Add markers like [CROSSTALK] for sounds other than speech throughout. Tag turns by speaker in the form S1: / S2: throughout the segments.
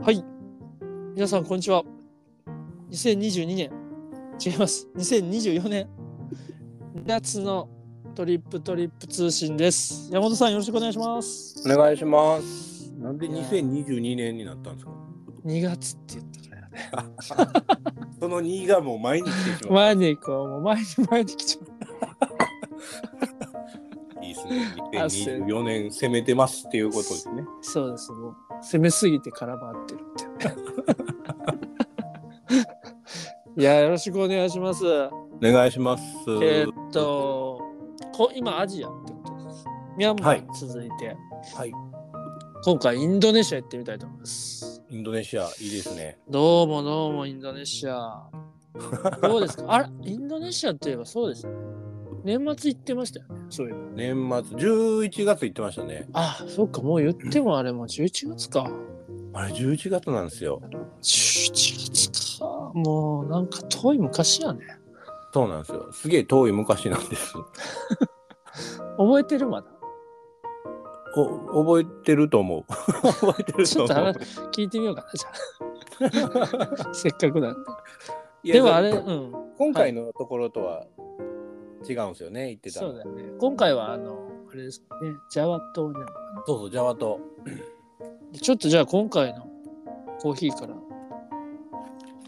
S1: はい。皆さん、こんにちは。2022年、違います。2024年、2月のトリップトリップ通信です。山本さん、よろしくお願いします。
S2: お願いします。
S3: なんで
S1: いや
S3: 2022年になったんですか
S1: 2月って言ったからね。
S3: その2がもう毎日来
S1: [LAUGHS]
S3: てしま
S1: 前に行こう。もう前に前に来ちゃ
S3: う。いいですね。2024年攻めてますっていうことですね。
S1: う。そうです。もう、攻めすぎて空回ってるっていうね。いや、よろしくお願いします。
S3: お願いします。
S1: えーっとこ今アジアってことです。ミャンマーに続いて、
S3: はい
S1: 今回インドネシア行ってみたいと思います。
S3: インドネシア、いいですね。
S1: どうもどうもインドネシア。どうですかあら、インドネシアといえばそうですね。年末行ってましたよね。そういうの。
S3: 年末、11月行ってましたね。
S1: あ、そっか、もう言ってもあれもう11月か。
S3: あれ、11月なんですよ。
S1: 11月か。もうなんか遠い昔やね。
S3: そうなんですよ。すげえ遠い昔なんです。
S1: 覚えてるま
S3: [LAUGHS]
S1: だ。
S3: お覚えてると思う。 [LAUGHS] 覚えてる
S1: ち
S3: と
S1: ょっと
S3: 思
S1: 話
S3: う。
S1: 聞いてみようかな、じゃ
S3: [LAUGHS]
S1: あ。せっかくなんで。
S3: いや
S1: でもあれ、
S3: じ
S1: う
S3: ゃ
S1: ん。
S3: 今回のところとは違うんですよね、言ってたの
S1: そうだよね。今回はあの、あれですかね、ジャワ島になる
S3: そうそう、ジャワ島。
S1: ちょっとじゃあ今回のコーヒーから、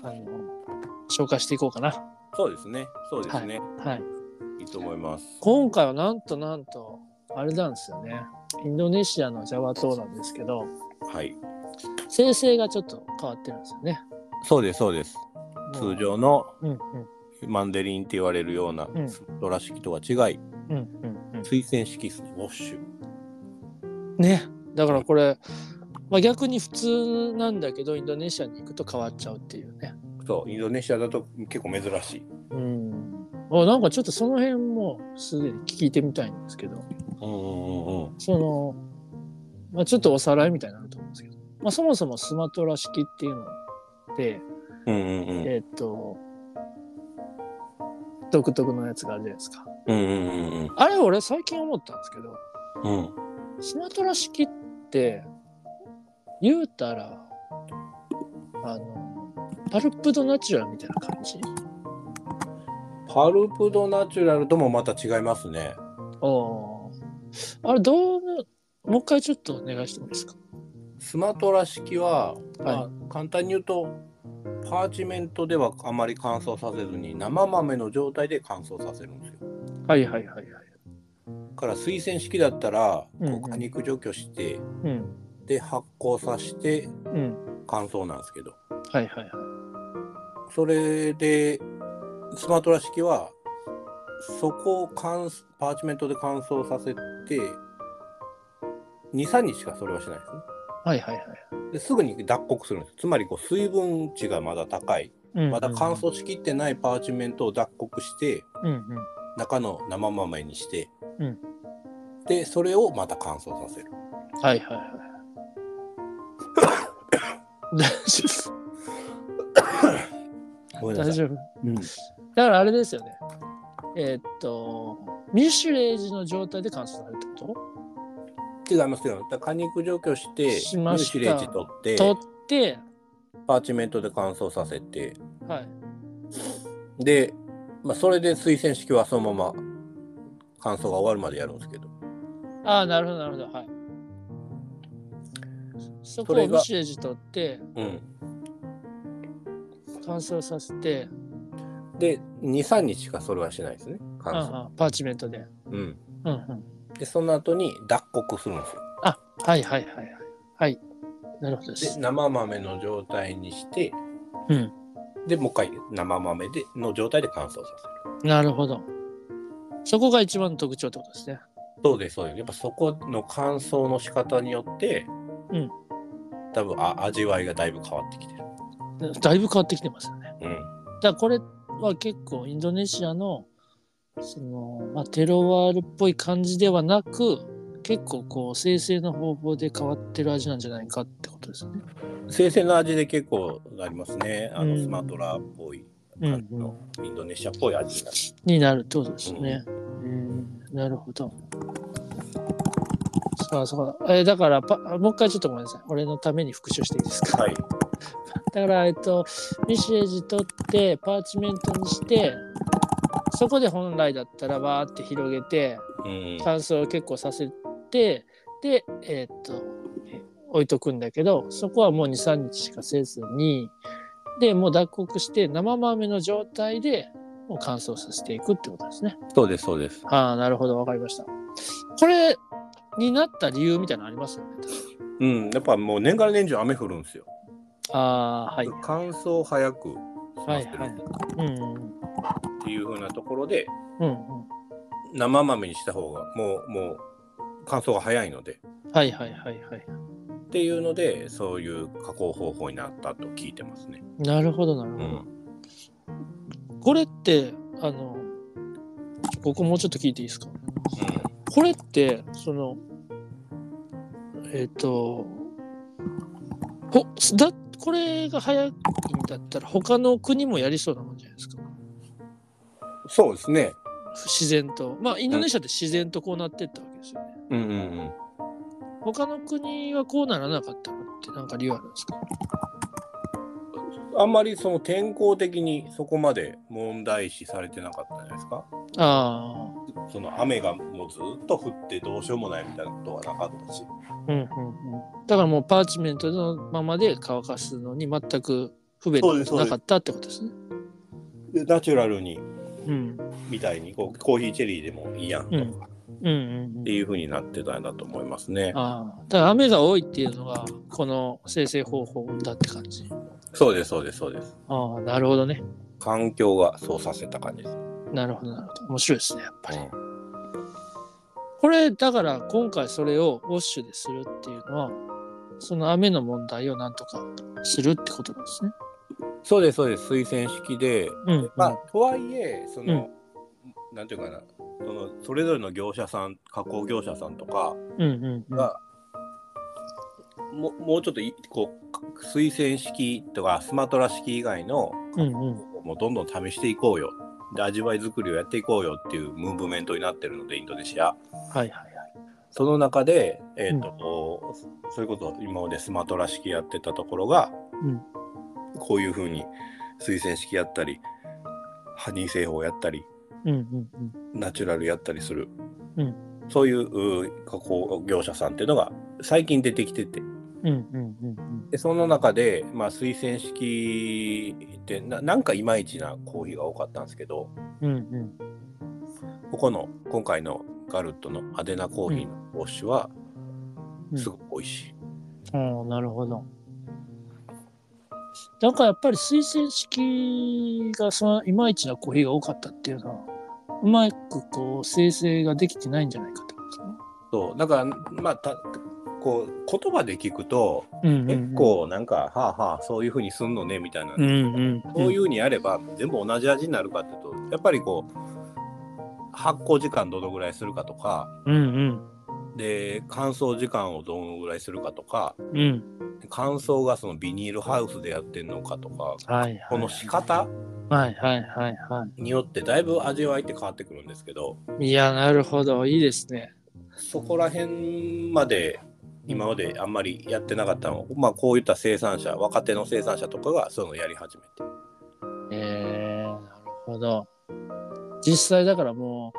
S1: あの、紹介していこうかな。
S3: そうですね。そうですね。
S1: はい。
S3: いいと思います。
S1: 今回はなんとなんと、あれなんですよね。インドネシアのジャワ島なんですけど、
S3: はい。
S1: 生成がちょっと変わってるんですよね。
S3: そうです、そうです。
S1: もう
S3: 通。常の
S1: うんうん
S3: マンデリンって言われるような
S1: うん
S3: ストラ式とは違い、
S1: うんうん
S3: 水洗式ですね、ウォッシュ。
S1: うん。ね。だからこれ、まあ、逆に普通なんだけど、インドネシアに行くと変わっちゃうっていうね。
S3: そう、インドネシアだと結構珍しい。
S1: うん。あなんかちょっとその辺もすでに聞いてみたいんですけど、
S3: うんうんうんうん。
S1: その、まあ、ちょっとおさらいみたいになると思うんですけど、まあ、そもそもスマトラ式っていうので、
S3: うんうん
S1: えーっ、と、独特のやつがあるじゃないですか。
S3: うん。うんうんうん
S1: あれ俺最近思ったんですけど、
S3: うん。うん。
S1: スマトラ式って、言うたら、あの、パルプドナチュラルみたいな感じ
S3: パルプドナチュラルともまた違いますね。
S1: おーあれどうも、もう一回ちょっとお願いしてもいいですか
S3: スマトラ式は、まあ、簡単に言うと、パーチメントではあまり乾燥させずに生豆の状態で乾燥させるんですよ。
S1: はいはいはいはい。
S3: から水洗式だったら、
S1: うんう
S3: こ
S1: ん
S3: う果肉除去して、
S1: うん。
S3: で発酵させて
S1: うん。
S3: 乾燥なんですけど
S1: はいはいはい。
S3: それでスマトラ式はそこを乾燥パーチメントで乾燥させて23日しかそれはしないですね
S1: はいはいはい。
S3: ですぐに脱穀するんですつまりこう水分値がまだ高い
S1: うん
S3: まだ乾燥しきってないパーチメントを脱穀して
S1: うんうん
S3: 中の生豆にして、
S1: うん
S3: でそれをまた乾燥させる
S1: はいはいはい大丈
S3: ご
S1: 夫
S3: めん
S1: [LAUGHS]
S3: な
S1: 大
S3: さい、
S1: 丈夫
S3: うん、
S1: だからあれですよねえーっとミシュレージの状態で乾燥されるってこ
S3: 違いますよ。だから果肉除去して、
S1: しました
S3: ニューシレージ取って、
S1: と取って
S3: パーチメントで乾燥させて、
S1: はい
S3: で、まあ、それで水洗式はそのまま乾燥が終わるまでやるんですけど、
S1: ああなるほどなるほどはいそこ
S3: そ
S1: を
S3: れが
S1: ミシュレージ取って
S3: うん、
S1: 乾燥させて
S3: で、2、3日しかそれはしないですね、
S1: う
S3: 乾
S1: ん
S3: 燥。
S1: うんパーチメントで
S3: うん、
S1: うんうん
S3: で、その後に脱穀するんですよ。
S1: あはいはいはいはいはいなるほどです
S3: で、生豆の状態にして、
S1: うん
S3: で、もう一回生豆での状態で乾燥させる。
S1: なるほどそこが一番の特徴ってことですね
S3: そうです、そうです。やっぱそこの乾燥の仕方によって、
S1: うん、
S3: 多分あ味わいがだいぶ変わってきてる。
S1: だいぶ変わってきてますよね。
S3: うん
S1: だからこれは結構インドネシアのその、まあ、テロワールっぽい感じではなく結構こう生成の方法で変わってる味なんじゃないかってことですよね。
S3: 生鮮の味で結構ありますね。あ
S1: う
S3: の
S1: ん
S3: スマトラっぽい感じの、インドネシアっぽい味になる。
S1: になるってことですね。うん、なるほど。あ、そうだ。えーだからパ、もう一回ちょっとごめんなさい。俺のために復習していいですか。
S3: はい。
S1: だから、えっと、メッセージ取って、パーチメントにして、そこで本来だったらバーって広げて、
S3: うん。
S1: 乾燥を結構させて、で、えーっと、置いとくんだけど、そこはもう2、3日しかせずに、で、もう脱穀して、生豆の状態で、もう乾燥させていくってことですね。
S3: そうです、そうです。
S1: ああ、なるほど、わかりました。これになった理由みたいなのありますよね。
S3: うん。やっぱもう年がら年中雨降るんですよ。
S1: ああ、はい。
S3: 乾燥を早く済ませる
S1: はいはいうんうん
S3: っていう風なところで、
S1: うん。うんうん。
S3: 生豆にした方がもうもう乾燥が早いので
S1: はいはいはいはい。
S3: っていうのでそういう加工方法になったと聞いてますね。
S1: なるほど、なるほ
S3: う
S1: ど。
S3: ん、
S1: これって、あの、ここもうちょっと聞いていいですかこれってそのえっ、とほだこれが早いんだったら他の国もやりそうなもんじゃないですか
S3: そうですね。
S1: 自然とまあインドネシアって自然とこうなってったわけですよね
S3: うんうんうん、
S1: 他の国はこうならなかったのってなんか理由あるんですか
S3: あんまりその天候的にそこまで問題視されてなかったんじゃないですか。
S1: あ
S3: その雨がもうずっと降ってどうしようもないみたいなことはなかったし。
S1: あうんうんうんだからもうパーチメントのままで乾かすのに全く不便
S3: そうですそうで
S1: な
S3: す
S1: かったってことですね
S3: でナチュラルに
S1: うん
S3: みたいにこうコーヒーチェリーでもいいやんとか、
S1: うんうんうんうん
S3: っていう風になってたんだと思いますね。
S1: ああだから雨が多いっていうのがこの生成方法だって感じ
S3: そうですそうですそうです。
S1: ああなるほどね
S3: 環境がそうさせた感じです。
S1: なるほどなるほど面白いですねやっぱりこれだから今回それをウォッシュでするっていうのはその雨の問題をなんとかするってことなんですね
S3: そうですそうです推薦式で、
S1: うんうん
S3: まあとはいえその、なんていうかなそのそれぞれの業者さん加工業者さんとか
S1: うんうんうん
S3: が、ももうちょっといこう推薦式とかスマトラ式以外の
S1: うんうん
S3: もうどんどん試していこうよで味わい作りをやっていこうよっていうムーブメントになってるのでインドネシア。
S1: はいはいはい
S3: その中で、えーとこうそれこそ今までスマトラ式やってたところが、
S1: うん
S3: こういうふうに推薦式やったりハニー製法やったり
S1: うんうんうん
S3: ナチュラルやったりする、
S1: うん
S3: そういううー加工業者さんっていうのが最近出てきてて
S1: うんうんうんうん
S3: でその中で、まあ、推薦式ってななんかいまいちなコーヒーが多かったんですけど
S1: うんうん
S3: ここの今回のガルットのアデナコーヒーのウォッシュは
S1: うん
S3: すごく美味しい。
S1: ああなるほどなんかやっぱり推薦式がそのいまいちなコーヒーが多かったっていうのはうまくこう生成ができてないんじゃないかってことですね
S3: そうだからまあたこう言葉で聞くと
S1: うんうんうん
S3: 結構なんか、はあはあそういうふうにすんのねみたいな、
S1: うんうん
S3: そういううふうにやれば全部同じ味になるかっていうとやっぱりこう発酵時間どのぐらいするかとか
S1: うん
S3: で乾燥時間をどのぐらいするかとか
S1: うんうん
S3: 乾燥がそのビニールハウスでやってんのかとか
S1: はいはい
S3: この仕方
S1: はいはいはいは
S3: によってだいぶ味わいって変わってくるんですけど
S1: いいやなるほどいいですね
S3: そこら辺まで今まであんまりやってなかったのを、まあ、こういった生産者若手の生産者とかがそういうのをやり始めて
S1: えー、なるほど実際だからも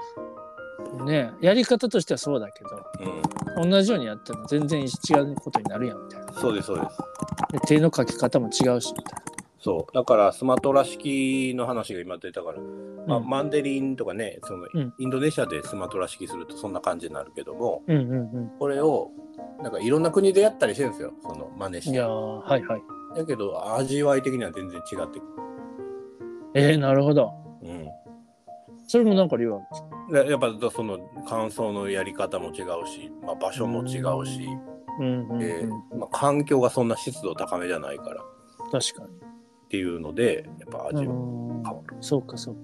S1: うねやり方としてはそうだけ
S3: う、
S1: ど同じようにやっても全然違うことになるやんみたいなん
S3: そうですそうです
S1: で手のかけ方も違うしみたい
S3: そうだからスマトラ式の話が今出たから、まあ、
S1: うん
S3: マンデリンとかねその
S1: うん
S3: インドネシアでスマトラ式するとそんな感じになるけども
S1: な。うんうん
S3: これをなんかいろんな国でやったりしてるんですよその真似し
S1: い
S3: て
S1: やーはいはい。
S3: だけど味わい的には全然違ってく
S1: えー、なるほど。
S3: る、うん
S1: それもなんか理由あるんですか
S3: で、やっぱその乾燥のやり方も違うし、まあ、場所も違うし、
S1: うんうん、うん
S3: でまあ、環境がそんな湿度高めじゃないからっ
S1: 確かに。
S3: ていうのでやっぱ味は
S1: うん
S3: 変わる、
S1: そうかそうか。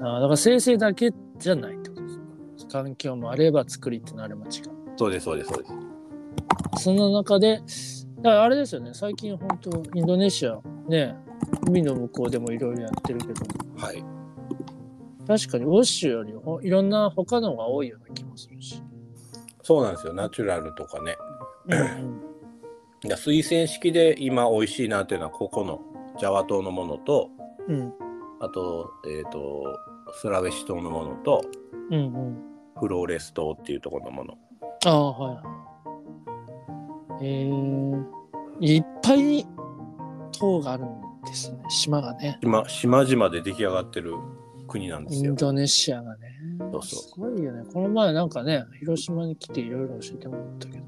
S1: あーだから生成だけじゃないってことですね環境もあれば作りってのあれば違う。
S3: そうですそうですそうです
S1: その中で、だからあれですよね、最近本当インドネシアね、海の向こうでもいろいろやってるけど、
S3: はい
S1: [LAUGHS] 確かにウォッシュよりほいろんな他のが多いような気もするし。
S3: そうなんですよナチュラルとかね
S1: うん
S3: だから推薦式で今美味しいなっていうのはここのジャワ島のものと
S1: うん
S3: あとえっ、とスラウェシ島のものと
S1: うんうんうん
S3: フローレス島っていうところのもの
S1: ああはいえー、いっぱい島があるんですね島がね
S3: 島島々で出来上がってる国なんで
S1: イ
S3: すよ
S1: ンドネシアがね
S3: そうそう
S1: すごいよねこの前なんかね広島に来ていろいろ教えてもらったけど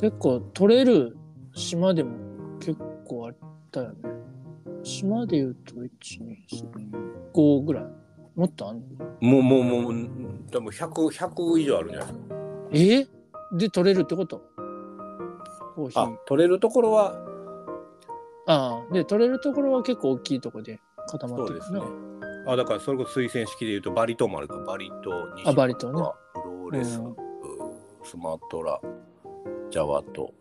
S1: 結構取れる島でも結構あったよね島でいうと1235ぐらいもっとあんの
S3: もうもうもう多分100 100以上あるんじゃないですか
S1: えで取れるってことコーヒー
S3: あ取れるところは
S1: ああで取れるところは結構大きいとこで固ま
S3: そ
S1: っ
S3: う
S1: て
S3: で
S1: る
S3: す
S1: な
S3: ねあだからそれこそ推薦式で言うとバリ島もあるからバリ島西
S1: あバリ島ね
S3: フローレス、
S1: うん
S3: うんスマトラジャワ島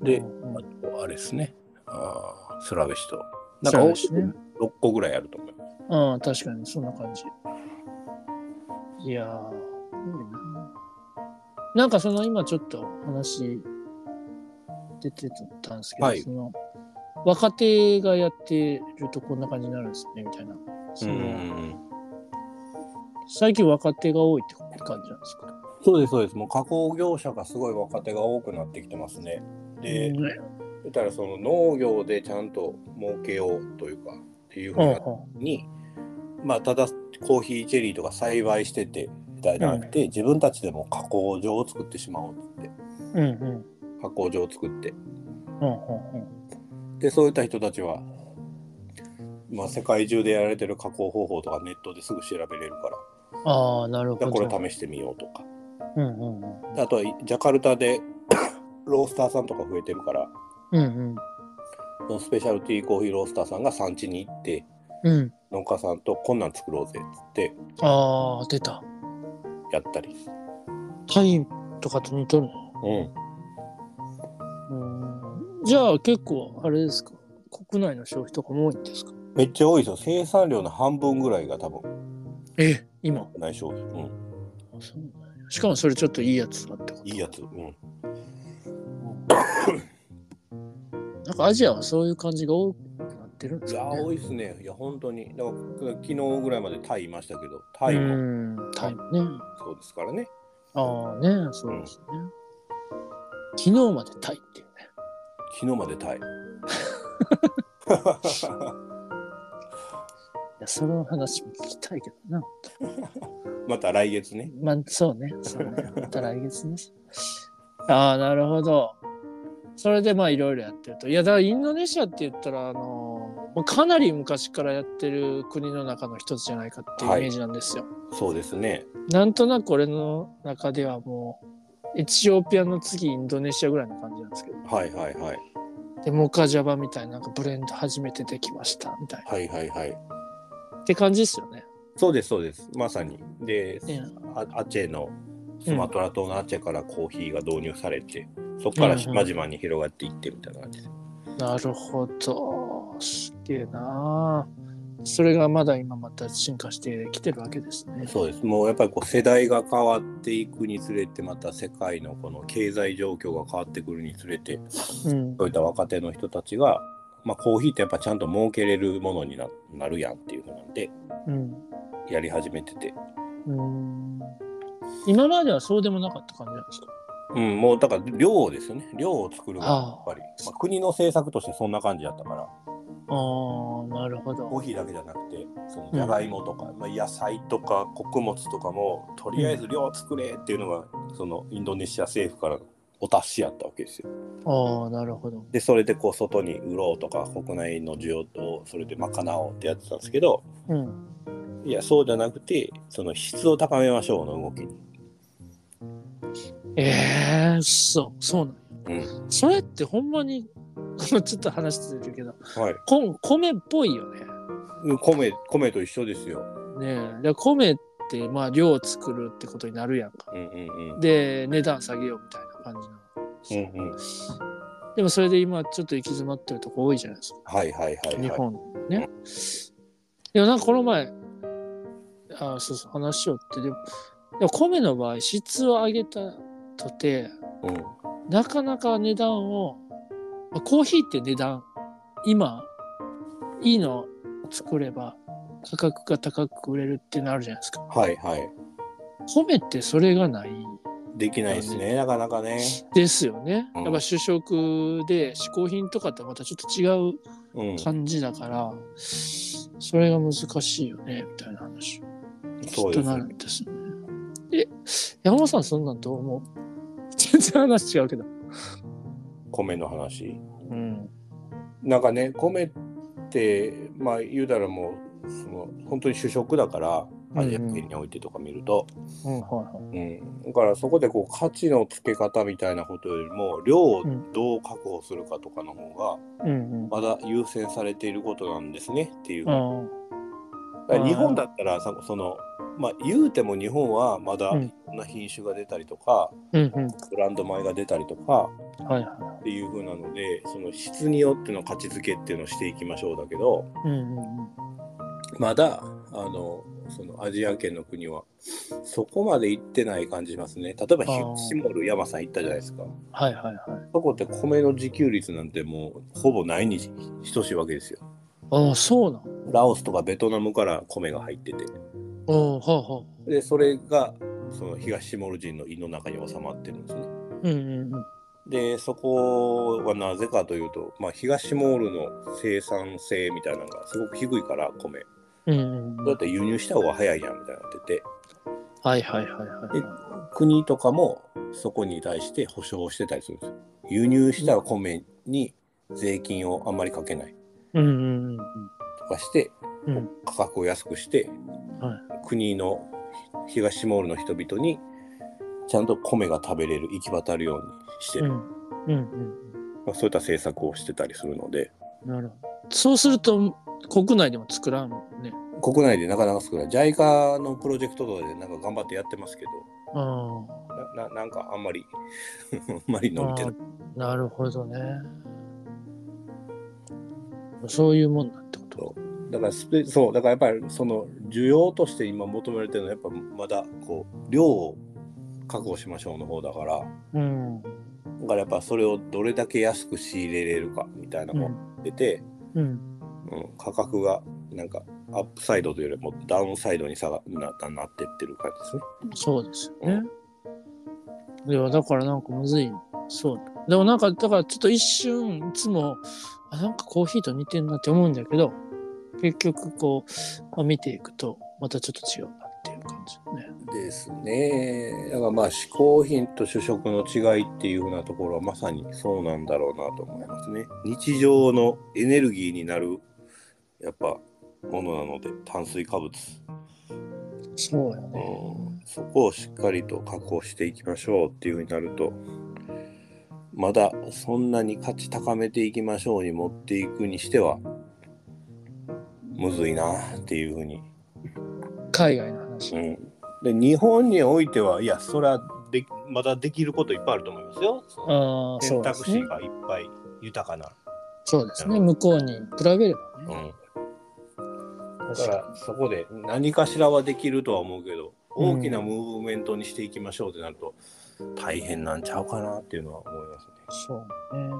S3: で、
S1: うんうん
S3: あとあれですねあースラウェシ島な
S1: ス
S3: んか
S1: ラウ
S3: 大
S1: ェ
S3: き
S1: シ
S3: く
S1: ね
S3: 6個ぐらいあると思います
S1: うん、確かにそんな感じ。いやー、すごいな。なんかその今ちょっと話出てたんですけど、
S3: はい
S1: その若手がやってるとこんな感じになるんですね、みたいな。その
S3: うん
S1: 最近若手が多いって感じなんですか。
S3: そうですそうですもう加工業者がすごい若手が多くなってきてますねで、
S1: うん
S3: 言ったらその農業でちゃんと儲けようというかっていうふう
S1: うん
S3: なに、まあただコーヒーチェリーとか栽培しててみたいじゃなくて、自分たちでも加工場を作ってしまおうって
S1: うんうんうん
S3: 加工場を作って
S1: うんうん
S3: でそういった人たちは、まあ、世界中でやられてる加工方法とかネットですぐ調べれるから
S1: ああ、なるほ
S3: じゃ
S1: ど。
S3: あこれ試してみようとか
S1: うんうんうん
S3: あとはジャカルタで [COUGHS] ロースターさんとか増えてるから
S1: うん
S3: そのスペシャルティーコーヒーロースターさんが産地に行って
S1: うんうん。
S3: 農家さんとこんなん作ろうぜっつって
S1: ああ、出た。
S3: やったり、
S1: タイとかと似とるの
S3: うん、
S1: うんじゃあ結構あれですか国内の消費とかも多いんですか
S3: めっちゃ多いですよ生産量の半分ぐらいが多分
S1: え今
S3: 国内消費、うん、
S1: そうなんやしかもそれちょっといいやつだってことい
S3: いいやつ、うん、
S1: なんかアジアはそういう感じが多くなってるんで
S3: い
S1: す
S3: や
S1: か、ね、
S3: 多いですねいや本当にだから昨日ぐらいまでタイいましたけどタ
S1: う
S3: イも
S1: んタイもね
S3: そうですからね
S1: ああねそうですね、昨日までタイっていうね
S3: 昨日までタイ
S1: いやその話も聞きたいけどな
S3: また来月ね
S1: まあそうねそうねまた来月ねああなるほどそれでまあいろいろやってるといやだからインドネシアって言ったらあのもうかなり昔からやってる国の中の一つじゃないかっていう
S3: は
S1: イ
S3: い
S1: メージなんですよ、
S3: そうですね
S1: なんとなく俺の中ではもうエチオピアの次インドネシアぐらいの感じなんですけど
S3: はいはいはい
S1: でモカジャバみたいななんかブレンド初めてできましたみたい
S3: はいはいはい
S1: なって感じですよね
S3: そうですそうですまさにで
S1: ね
S3: あアチェのスマトラ島のアチェからコーヒーが導入されて、そこから島々に広がっていってみたいな感じです、
S1: なるほど。すげえなあ。それがまだ今また進化してきてるわけですね。
S3: そうですもうやっぱりこう世代が変わっていくにつれてまた世界のこの経済状況が変わってくるにつれて
S1: うん
S3: そういった若手の人たちが、まあ、コーヒーってやっぱちゃんと儲けれるものにななるやんっていうふうなんで
S1: うん
S3: やり始めてて、
S1: うん。今まではそうでもなかった感じなんですか
S3: うん、もうだから量ですよね量を作るのがや
S1: あ
S3: っぱり、まあ国の政策としてそんな感じだったから
S1: ああ、なるほ
S3: コー
S1: ど。
S3: ヒーだけじゃなくてそのじゃがいもとか、まあ、野菜とか穀物とかもとりあえず量作れっていうのが、そのインドネシア政府からのお達しやったわけですよ。
S1: ああ、なるほど。
S3: でそれでこう外に売ろうとか国内の需要とそれで賄おうってやってたんですけど
S1: うん。
S3: いやそうじゃなくてその質を高めましょうの動きに。
S1: ええそう、そうなんやそれってほんまに、 [LAUGHS] ちょっと話ずれるけど、
S3: はい、
S1: こ米っぽいよね。
S3: 米米と一緒ですよ。
S1: ねえ。で米って、まあ、量を作るってことになるやんか。
S3: うんうんうん
S1: で、値段下げようみたいな感じなの。
S3: うんうん、
S1: でもそれで今ちょっと行き詰まってるとこ多いじゃないですか、
S3: はいはいはい、
S1: 日
S3: はい。
S1: 本ね。でもなんかこの前あそうそう話しようってでもでも米の場合質を上げたとて
S3: うん。
S1: なかなか値段をまあコーヒーって値段今いいのを作れば価格が高く売れるってなるじゃないですか
S3: はいはい。
S1: 米ってそれがない
S3: できないですね、なかなかね。
S1: ですよね
S3: うん
S1: やっぱ主食で嗜好品とかとはまたちょっと違う
S3: うん。
S1: 感じだから、それが難しいよねみたいな話き
S3: そう
S1: っ
S3: で
S1: と
S3: す
S1: なるんですね。え山本さんそんなんどう思う [LAUGHS] 全然話違うけど。
S3: 米の話。
S1: うん、
S3: なんかね、米って、まあ言うたらもう、その、本当に主食だから、アジア圏においてとか見ると。
S1: うんはいはい
S3: うん。だからそこでこう、価値の付け方みたいなことよりも、量を
S1: うん
S3: どう確保するかとかの方が、
S1: うんうん
S3: まだ優先されていることなんですねっていう。
S1: あ
S3: だから日本だったらさそのまあ言うても日本はまだ
S1: うん
S3: いろんな品種が出たりとか、
S1: ーうんう
S3: ブランド米が出たりとか
S1: んはいは
S3: っていう風なのでその質によっての価値づけっていうのをしていきましょうだけど
S1: い。うんうんうん
S3: まだあのそのアジア圏の国はそこまで行ってない感じしますね例えば
S1: あー
S3: シモル山さん行ったじゃないですか
S1: はいはいはい。
S3: そこって米の自給率なんてもうほぼないに等しいわけですよ
S1: ああそうなん。
S3: ラオスとかベトナムから米が入ってて
S1: うんはいは
S3: でそれがその東シモル人の胃の中に収まってるんですね。
S1: い。うんうんうん。
S3: でそこはなぜかというと、まあ、東シモールの生産性みたいなのがすごく低いから米
S1: うんうん
S3: だって輸入した方が早いやんみたいになってて
S1: はいはいはいはいは
S3: 国とかもそこに対して保証をしてたりするんですよ輸入した米に税金をあんまりかけない
S1: い。うんうんうん
S3: とかして
S1: うんうん
S3: 価格を安くして、
S1: は
S3: 国の東シモールの人々にちゃんと米が食べれる行き渡るようにして
S1: う
S3: る、
S1: んうん
S3: まあ、そういった政策をしてたりするので
S1: うん。なるほど。そうすると国内でも作らんもんね。
S3: 国内でなかなか少ない JICA のプロジェクトとかでなんか頑張ってやってますけど
S1: ああ。
S3: なななんかあんまり [LAUGHS] あんまり伸びてない
S1: あーなるほどねそういうもんなんてこと
S3: だからスペそうだからやっぱりその需要として今求められてるのはやっぱまだこう量を確保しましょうの方だから
S1: うん
S3: だからやっぱそれをどれだけ安く仕入れれるかみたいな
S1: う
S3: のが
S1: ん
S3: 出て、
S1: うん
S3: うん、価格がなんかアップサイドというよりもダウンサイドに下がなななってってる感じですね。
S1: そうですよねいやだからなんかむずいそうでもなんかだからちょっと一瞬いつもあなんかコーヒーと似てんなって思うんだけど結局こう、まあ、見ていくとまたちょっと違うなっていう感じだね
S3: ですね。だからまあ嗜好品と主食の違いっていうふうなところはまさにそうなんだろうなと思いますね。日常のエネルギーになるやっぱものなので炭水化物、
S1: そうや
S3: う
S1: ね
S3: ん、そこをしっかりと確保していきましょうっていうふうになるとまだそんなに価値高めていきましょうに持っていくにしてはむずいなっていうふうに
S1: 海外の話
S3: うん、で日本においてはいやそれはでまだできることいっぱいあると思いますよ。その
S1: ああそ
S3: 選
S1: うで
S3: 択
S1: す
S3: 肢
S1: ね
S3: がいっぱい豊かな。
S1: そうですね向こうに比べればね
S3: うん、だ
S1: 確
S3: か
S1: から
S3: そこで何かしらはできるとは思うけど大きなムーブメントにしていきましょうってなると大変なんちゃうかなっていうのは思いますね。
S1: そうね。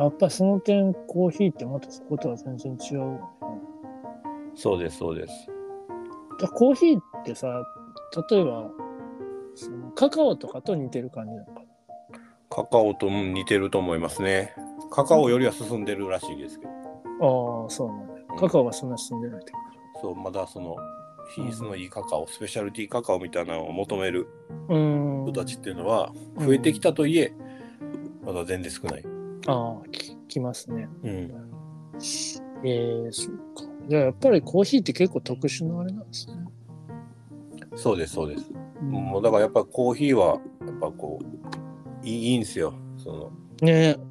S1: やっぱりその点コーヒーってまたそことは全然違うよね。
S3: そうですそうです。
S1: だからコーヒーってさ例えばそのカカオとかと似てる感じなのか
S3: カカオと似てると思いますね。カカオよりは進んでるらしいですけど、
S1: な。ああそうなんだ。カカオがそんな進んでないってこ
S3: そうまだその品質のいいカカオ、スペシャルティカカオみたいなのを求める
S1: と。うーん。
S3: 人たちっていうのは
S1: うん
S3: 増えてきたといえ、まだ全然少ない。
S1: ああききますね。
S3: うん、
S1: えー、そっか。じゃあやっぱりコーヒーって結構特殊なあれなんですね。
S3: そうですそうです。
S1: うん
S3: もうだからやっぱコーヒーはやっぱこういいいいんですよ。その
S1: ねえ。うん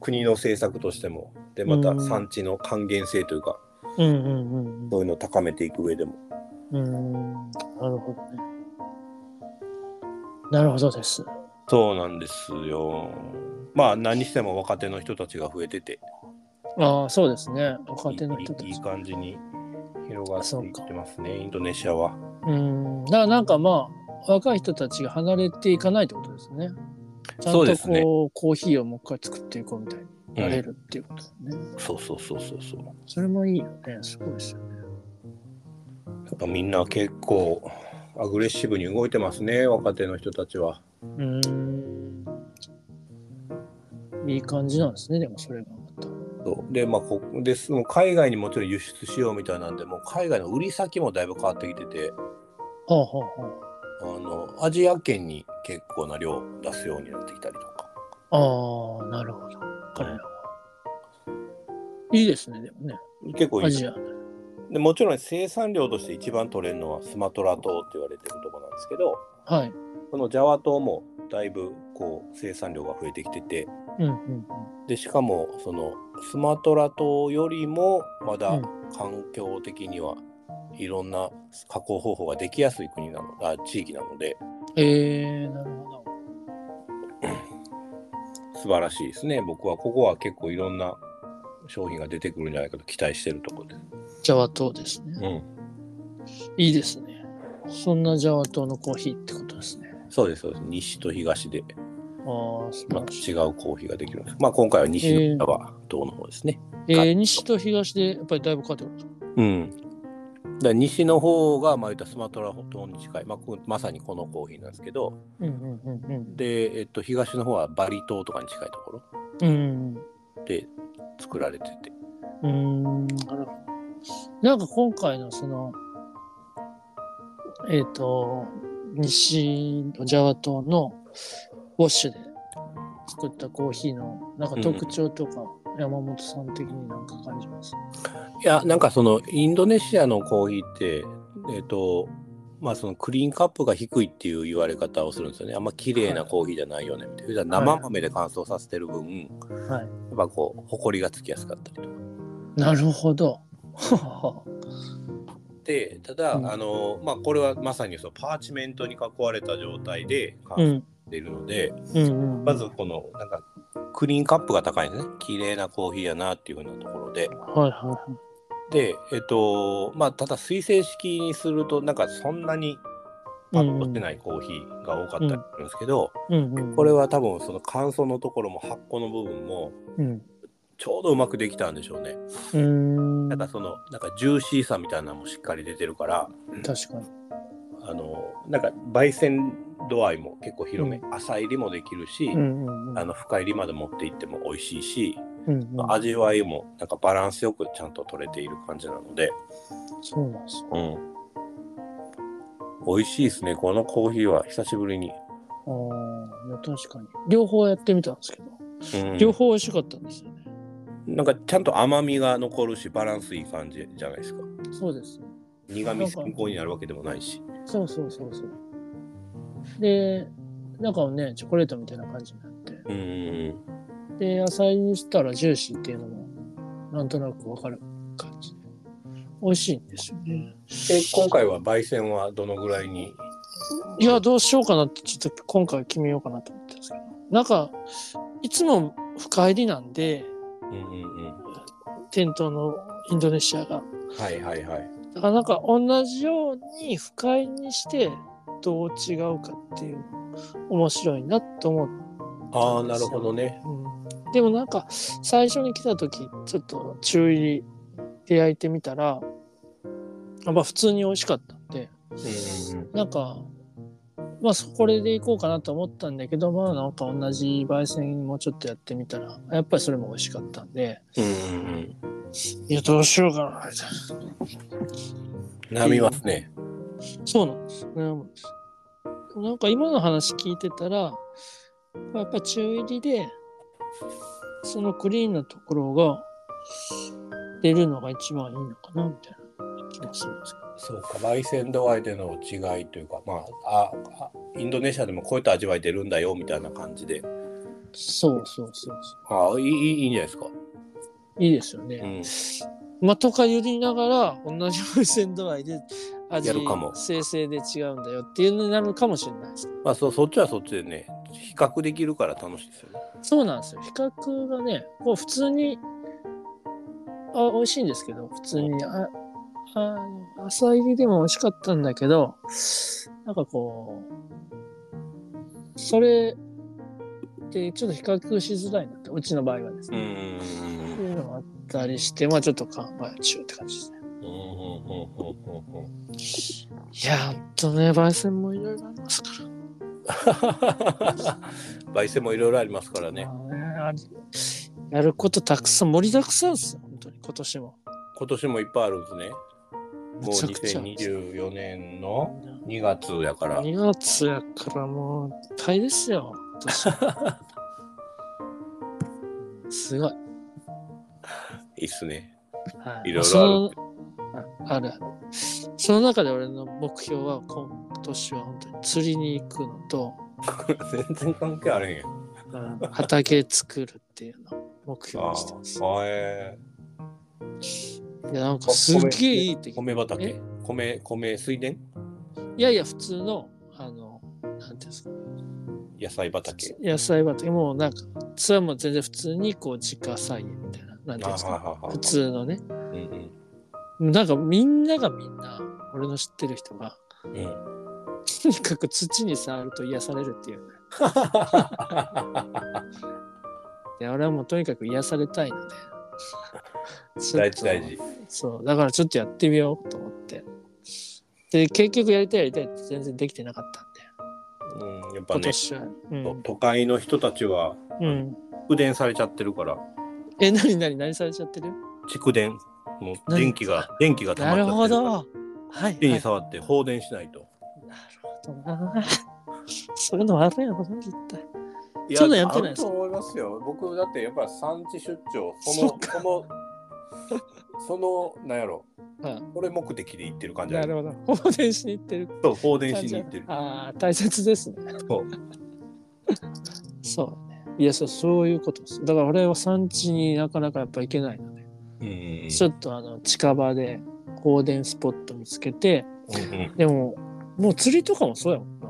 S3: 国の政策としてもでまた
S1: うん
S3: 産地の還元性というか、
S1: うんうんうん
S3: そういうのを高めていく上でも。
S1: うんうん。うーんなるほどね。なるほどです。
S3: そうなんですよ。まあ何にしても若手の人たちが増えてて
S1: ああそうですね。若手の人た
S3: いいいい
S1: ち。
S3: 感じに広がっていってますね、インドネシアは。
S1: うん。だからなんかまあ、若い人たちが離れていかないってことですね。ちゃん
S3: そう
S1: と
S3: ですね
S1: こう、コーヒーをもう一回作っていこうみたいになれるっていうことだよね。
S3: そうそうそうそうそう。
S1: それもいいよね。すごいですよね。
S3: やっぱみんな結構アグレッシブに動いてますね、若手の人たちは。
S1: うん。いい感じなんですね、でもそれがまた。
S3: そうで、まあ、こですもう海外にもちろん輸出しようみたいなんで、もう海外の売り先もだいぶ変わってきてて、
S1: はあはあは
S3: あのアジア圏に結構な量出すようになってきたりとか。
S1: あ。ああ、なるほど。彼らは。いいですね、でもね。
S3: 結構い
S1: ア
S3: い
S1: ジア。
S3: でもちろん生産量として一番取れるのはスマトラ島って言われてるとこなんですけど
S1: はい。
S3: このジャワ島もだいぶこう生産量が増えてきてて
S1: うんうん
S3: でしかもそのスマトラ島よりもま
S1: う
S3: だ
S1: ん
S3: 環境的にはいろんな加工方法ができやすい国なのあ地域なので
S1: うん。ええー、なるほど。
S3: 素晴らしいですね僕はここは結構いろんな商品が出てくるんじゃないかと期待してるところです。
S1: ジャワ島ですね。
S3: うん、
S1: いいですね。そんなジャワ島のコーヒーってことですね。
S3: そうですそうです西と東で
S1: ああ、素晴
S3: ま
S1: ら
S3: た
S1: しい。
S3: 違うコーヒーができるんです。まあ今回は西のジャワ島の方ですね。
S1: えー、西と東でやっぱりだいぶ変わってくるんですか
S3: うん。だから西の方が、まあ、言ったらスマトラ島に近い、まあ、こうまさにこのコーヒーなんですけど、
S1: うんうんうんうん。
S3: で、えっと、東の方はバリ島とかに近いところ
S1: うん
S3: で作られてて。
S1: うんうん。うーん、なるほど。なんか今回のその、えっ、と、西のジャワ島のウォッシュで作ったコーヒーのなんか特徴とか、山本さん的になんか感じます。
S3: いや、なんかその、インドネシアのコーヒーって、えっと、まあそのクリーンカップが低いっていう言われ方をするんですよね。あんま綺麗なコーヒーじゃないよねみたいな。普段生豆で乾燥させてる分、や
S1: はい。
S3: っぱこう、埃がつきやすかったりとか。
S1: なるほ
S3: [LAUGHS]
S1: ど。ははは
S3: でただ、
S1: うん
S3: あのまあ、これはまさにそのパーチメントに囲われた状態で
S1: う
S3: 乾燥し
S1: ん。
S3: ているので、
S1: うんうん。
S3: まずこのなんかクリーンカップが高いんですね綺麗なコーヒーやなっていうふうなところで
S1: はいはいはい。
S3: で、えっとまあ、ただ水性式にするとなんかそんなにパッとしてないコーヒーが多かったりするんですけど、
S1: うんうん、
S3: これは多分その乾燥のところも発酵の部分も
S1: うん、
S3: ちょうどうまくできたんでしょうね。
S1: うーん
S3: なんかそのなんかジューシーさみたいなのもしっかり出てるから。
S1: 確かに。
S3: あのなんか焙煎度合いも結構広め、
S1: う
S3: 浅入りもできるし、
S1: うんうんうん
S3: あの深入りまで持っていっても美味しいし、
S1: うんうん
S3: 味わいもなんかバランスよくちゃんと取れている感じなので、
S1: そうなんですよ。
S3: うん、美味しいですねこのコーヒーは久しぶりに、
S1: ああ、いや確かに。両方やってみたんですけど、
S3: うん
S1: 両方美味しかったんですよね。
S3: なんかちゃんと甘みが残るしバランスいい感じじゃないですか
S1: そうです。
S3: 苦味参考になるわけでもないし
S1: そうそうそうそう。で、中をね、チョコレートみたいな感じになって、
S3: うん
S1: で、野菜にしたらジューシーっていうのも、なんとなくわかる感じで。美味しいんですよね。
S3: え今回は焙煎はどのぐらいに
S1: いや、どうしようかなって、ちょっと今回決めようかなと思ってたんですけど、なんか、いつも深入りなんで、
S3: うんうんうん
S1: 店頭のインドネシアが。
S3: はいはいはい
S1: だからなんか同じように不快にしてどう違うかっていう面白いなと思って、
S3: ああなるほどね
S1: うんでもなんか最初に来た時ちょっと中入りで焼いてみたらあまあ普通に美味しかったんで
S3: うんうんうん
S1: なんかまあそこれでいこうかなと思ったんだけどまあなんか同じ焙煎もちょっとやってみたらやっぱりそれも美味しかったんで
S3: うんうんうん
S1: いやどうしようかなみたいな
S3: なみますね。
S1: そうなんです。悩むんです。でもなんか今の話聞いてたら、まあやっぱ中入りで、そのクリーンなところが出るのが一番いいのかなみたいな気がするんですけ
S3: そうか、焙煎度合いでの違いというか、まあ、あ、あインドネシアでもこういった味わい出るんだよみたいな感じで。
S1: ど。そうそうそうそ
S3: ああ、いい、いいいいんじゃないですか。
S1: う。いいですよね。
S3: うん。
S1: まあとか揺りながら同じ焙煎度合いで味
S3: やるかも
S1: 生成で違うんだよっていうのになるかもしれないですね。
S3: まあ、そ、そっちはそっちでね、比較できるから楽しいですよね。
S1: そうなんですよ。比較がね、こう普通に、あ、美味しいんですけど、普通に、あ、あの朝入りでも美味しかったんだけど、なんかこう、それってちょっと比較しづらいなって、うちの場合はです
S3: う
S1: ね。
S3: ん
S1: っていうのがあったりして、まあちょっと考え中って感じですね。いやー、ほんとね、焙煎もいろいろありますから。
S3: 焙煎もいろいろありますからね。
S1: まあねあれやることたくさん、盛りだくさんですよ、本当に今年も。
S3: 今年もいっぱいあるんですね。もう
S1: めちゃくちゃあるんですよ。
S3: 2024年の2月やから。
S1: 2月やからもういっぱいです
S3: [LAUGHS]
S1: よ、今年すごい。
S3: いいっすね。 [LAUGHS]
S1: はい
S3: ろいろ
S1: あるああるあるその中で俺の目標は今年は本当に釣りに行くの
S3: [LAUGHS]
S1: と、
S3: 全然関係あれへんやん。
S1: 畑作るっていうのを目標
S3: あ
S1: にしてます
S3: ーあーえ
S1: いやなんかすっげえいいって
S3: ー米
S1: え
S3: 畑米、米水田
S1: いやいや普通のあのなんていうんですか
S3: 野菜畑。
S1: 野菜畑もうなんかそれはもう全然普通にこう自家菜園みたいななんていうんです
S3: あーは
S1: か
S3: いはいはい
S1: 普通のね
S3: うん
S1: なんかみんながみんな俺の知ってる人が
S3: うんうん。
S1: とにかく土に触ると癒されるって
S3: [LAUGHS]
S1: いうねで俺はもうとにかく癒されたいのでちょっと
S3: [LAUGHS] 大事大事。
S1: そうだからちょっとやってみようと思ってで結局やりたいやりたいって全然できてなかったんで
S3: うん、やっ
S1: 今
S3: ぱね、
S1: 年は、うん
S3: 都会の人たちは
S1: うん、
S3: 復電されちゃってるから、
S1: え何何何されちゃってる
S3: 蓄電、もう
S1: 何
S3: 電気が、電気が溜ま
S1: な
S3: っち
S1: る
S3: ゃってる
S1: ほど
S3: から
S1: はい、はい、
S3: 手
S1: な
S3: に
S1: る
S3: 触って放電しないと。
S1: ほどな [LAUGHS] そういうのはあるやろな絶対
S3: い
S1: そんなんやってないです
S3: あると思いますよ。僕だってやっぱり産地出張、そ
S1: [LAUGHS] そっ
S3: の、その、その、なんやろ、
S1: うん
S3: これ目的で行ってる感じ
S1: な
S3: ある。
S1: るほど放電しに行ってる
S3: そう、放電
S1: 感
S3: し
S1: じ
S3: に行ってる。
S1: ああ大切ですね
S3: そう。
S1: [LAUGHS] そうねいやそうそういうことですだから俺は産地になかなかやっぱ行けないので、
S3: うんうん
S1: ちょっとあの近場で放電スポット見つけて
S3: うんうん
S1: でも、もう釣りとかもそうやもんな。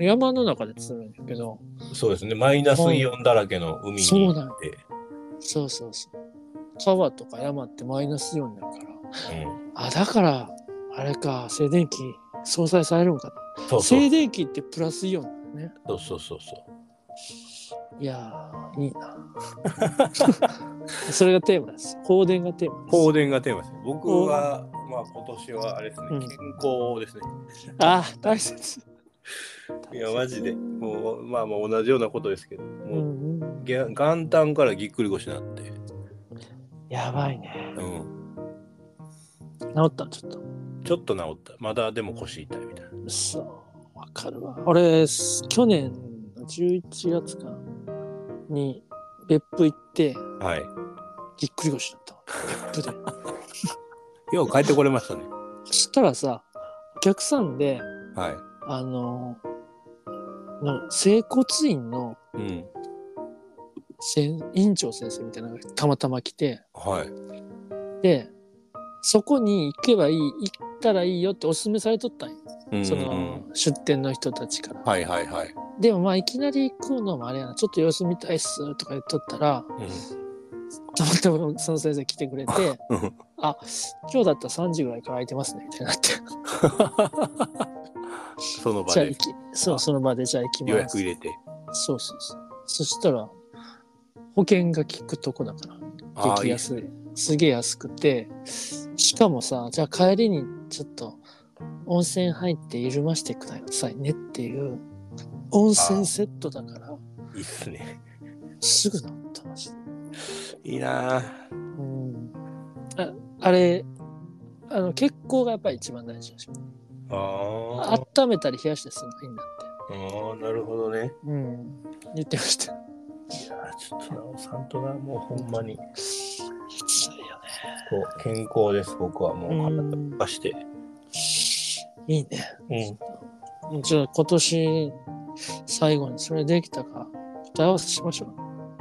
S1: 山の中で釣るんだけど、
S3: そうですね、マイナスイオンだらけの海に
S1: そう
S3: 行
S1: なん
S3: って、
S1: そうそうそう。川とか山ってマイナスイオンになるから。
S3: うん
S1: あ、だから、あれか、静電気相殺されるんかな。
S3: そうそう
S1: 静電気ってプラスイオンなんだね。
S3: そうそうそうそう。
S1: いやー、いいな。 [LAUGHS] それがテーマです。放電がテーマです。
S3: 放電がテーマですね。僕は、まあ今年はあれですね、
S1: うん
S3: 健康ですね。
S1: あー、大切。
S3: いや、マジで、もう、まあまあ同じようなことですけど、
S1: う
S3: もうん
S1: うん。
S3: げ元旦からぎっくり腰になって、
S1: やばいね。
S3: うん、
S1: 治った、ちょっと。
S3: ちょっと治った。まだでも腰痛いみたいな。
S1: そう、わかるわ。俺、す去年の11月かなに別府行って、
S3: はい。
S1: ぎっくり腰だったわ。別府で。 [LAUGHS]
S3: よう帰ってこれましたね。
S1: そしたらさ、お客さんで、
S3: はい。
S1: あの、の整骨院の
S3: うん。
S1: せん院長先生みたいなのがたまたま来て、
S3: はい。
S1: で、そこに行けばいい、行ったらいいよっておすすめされとったんよ。
S3: うん
S1: そ
S3: うん
S1: の出店の人たちから。
S3: はいはいはい。
S1: でもまあいきなり行くのもあれやな、ちょっと様子見たいっすとか言っとったら、たまたまその先生来てくれて
S3: [LAUGHS] うん
S1: 「あ今日だったら3時ぐらいから空いてますね」みたいになって「
S3: その場
S1: [LAUGHS] じゃあ
S3: で
S1: 行きそうその場でじゃあ行き
S3: 予
S1: ま
S3: 約
S1: す
S3: 入」れて。
S1: そうそうそうそしたら保険が効くとこだから
S3: ああ、
S1: 激
S3: いいっ
S1: 安
S3: す
S1: い
S3: ね。
S1: すげえ安くてしかもさじゃあ帰りにちょっと温泉入って緩ましてくださいねっていう温泉セットだから
S3: いいっすね。
S1: すぐ治ったマジで
S3: いいなあ
S1: うんああれあの血行がやっぱり一番大事でしょ
S3: あー
S1: 温めたり冷やしたりするのがいいんだって。
S3: あー、なるほどね。
S1: うん。言ってました。 [LAUGHS]
S3: いやーちょっとなおさんとな、もうほんまに。
S1: きついよね。
S3: こう健康です、僕はもう体動かして。
S1: いいね。
S3: うん。
S1: じゃあ今年最後にそれできたか答え合わせしましょ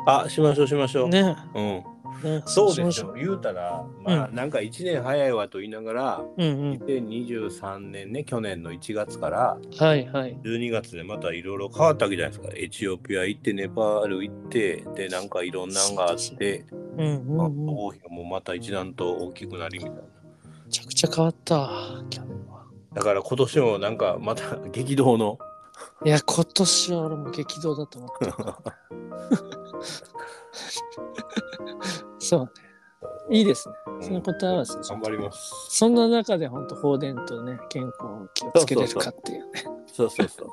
S3: あ、しましょうしましょ
S1: う。
S3: う。。
S1: ね
S3: うん。
S1: ね
S3: そうで
S1: しま
S3: し
S1: しょ
S3: ょ。言うたら、まあ、なんか一年早いわと言いながら、
S1: う。うんうん。
S3: 2023年ね、去年の1月から
S1: はいはい。
S3: 12月でまたいろいろ変わったわけじゃないですか。エチオピア行って、ネパール行って、で、なんかいろんなんがあって、
S1: うんう
S3: まあ
S1: んうん。
S3: 王妃もまた一段と大きくなりみたいな。
S1: めちゃくちゃ変わったキャノンは
S3: だから今年もなんかまた激動の
S1: いや今年は俺も激動だと思った
S3: [LAUGHS]
S1: そうねいいですねその答え合わせでしょ
S3: 頑張ります
S1: そんな中で本当放電とね健康を気をつけれるかっていうね
S3: そうそうそう、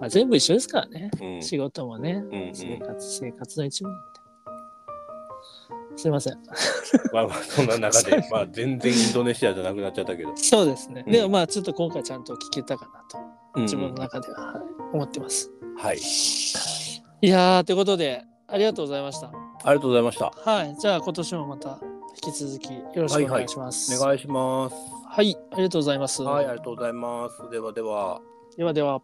S1: まあ、全部一緒ですからね [LAUGHS]
S3: うん、
S1: 仕事もね
S3: うんうん
S1: 生活生活の一部なんで。すいません。
S3: まあまあそんな中
S1: [LAUGHS]
S3: でまあ全然インドネシアじゃなくなっちゃったけど、
S1: そうですね。
S3: うん
S1: でもまあちょっと今回ちゃんと聞けたかなと
S3: うん
S1: 自分の中でははい思ってます。
S3: はい
S1: いやーということでありがとうございました。
S3: ありがとうございました
S1: はい。じゃあ今年もまた引き続きよろしくお願いします。
S3: お願いします
S1: はい、ありがとうございます。
S3: はいありがとうございますではでは
S1: ではでは。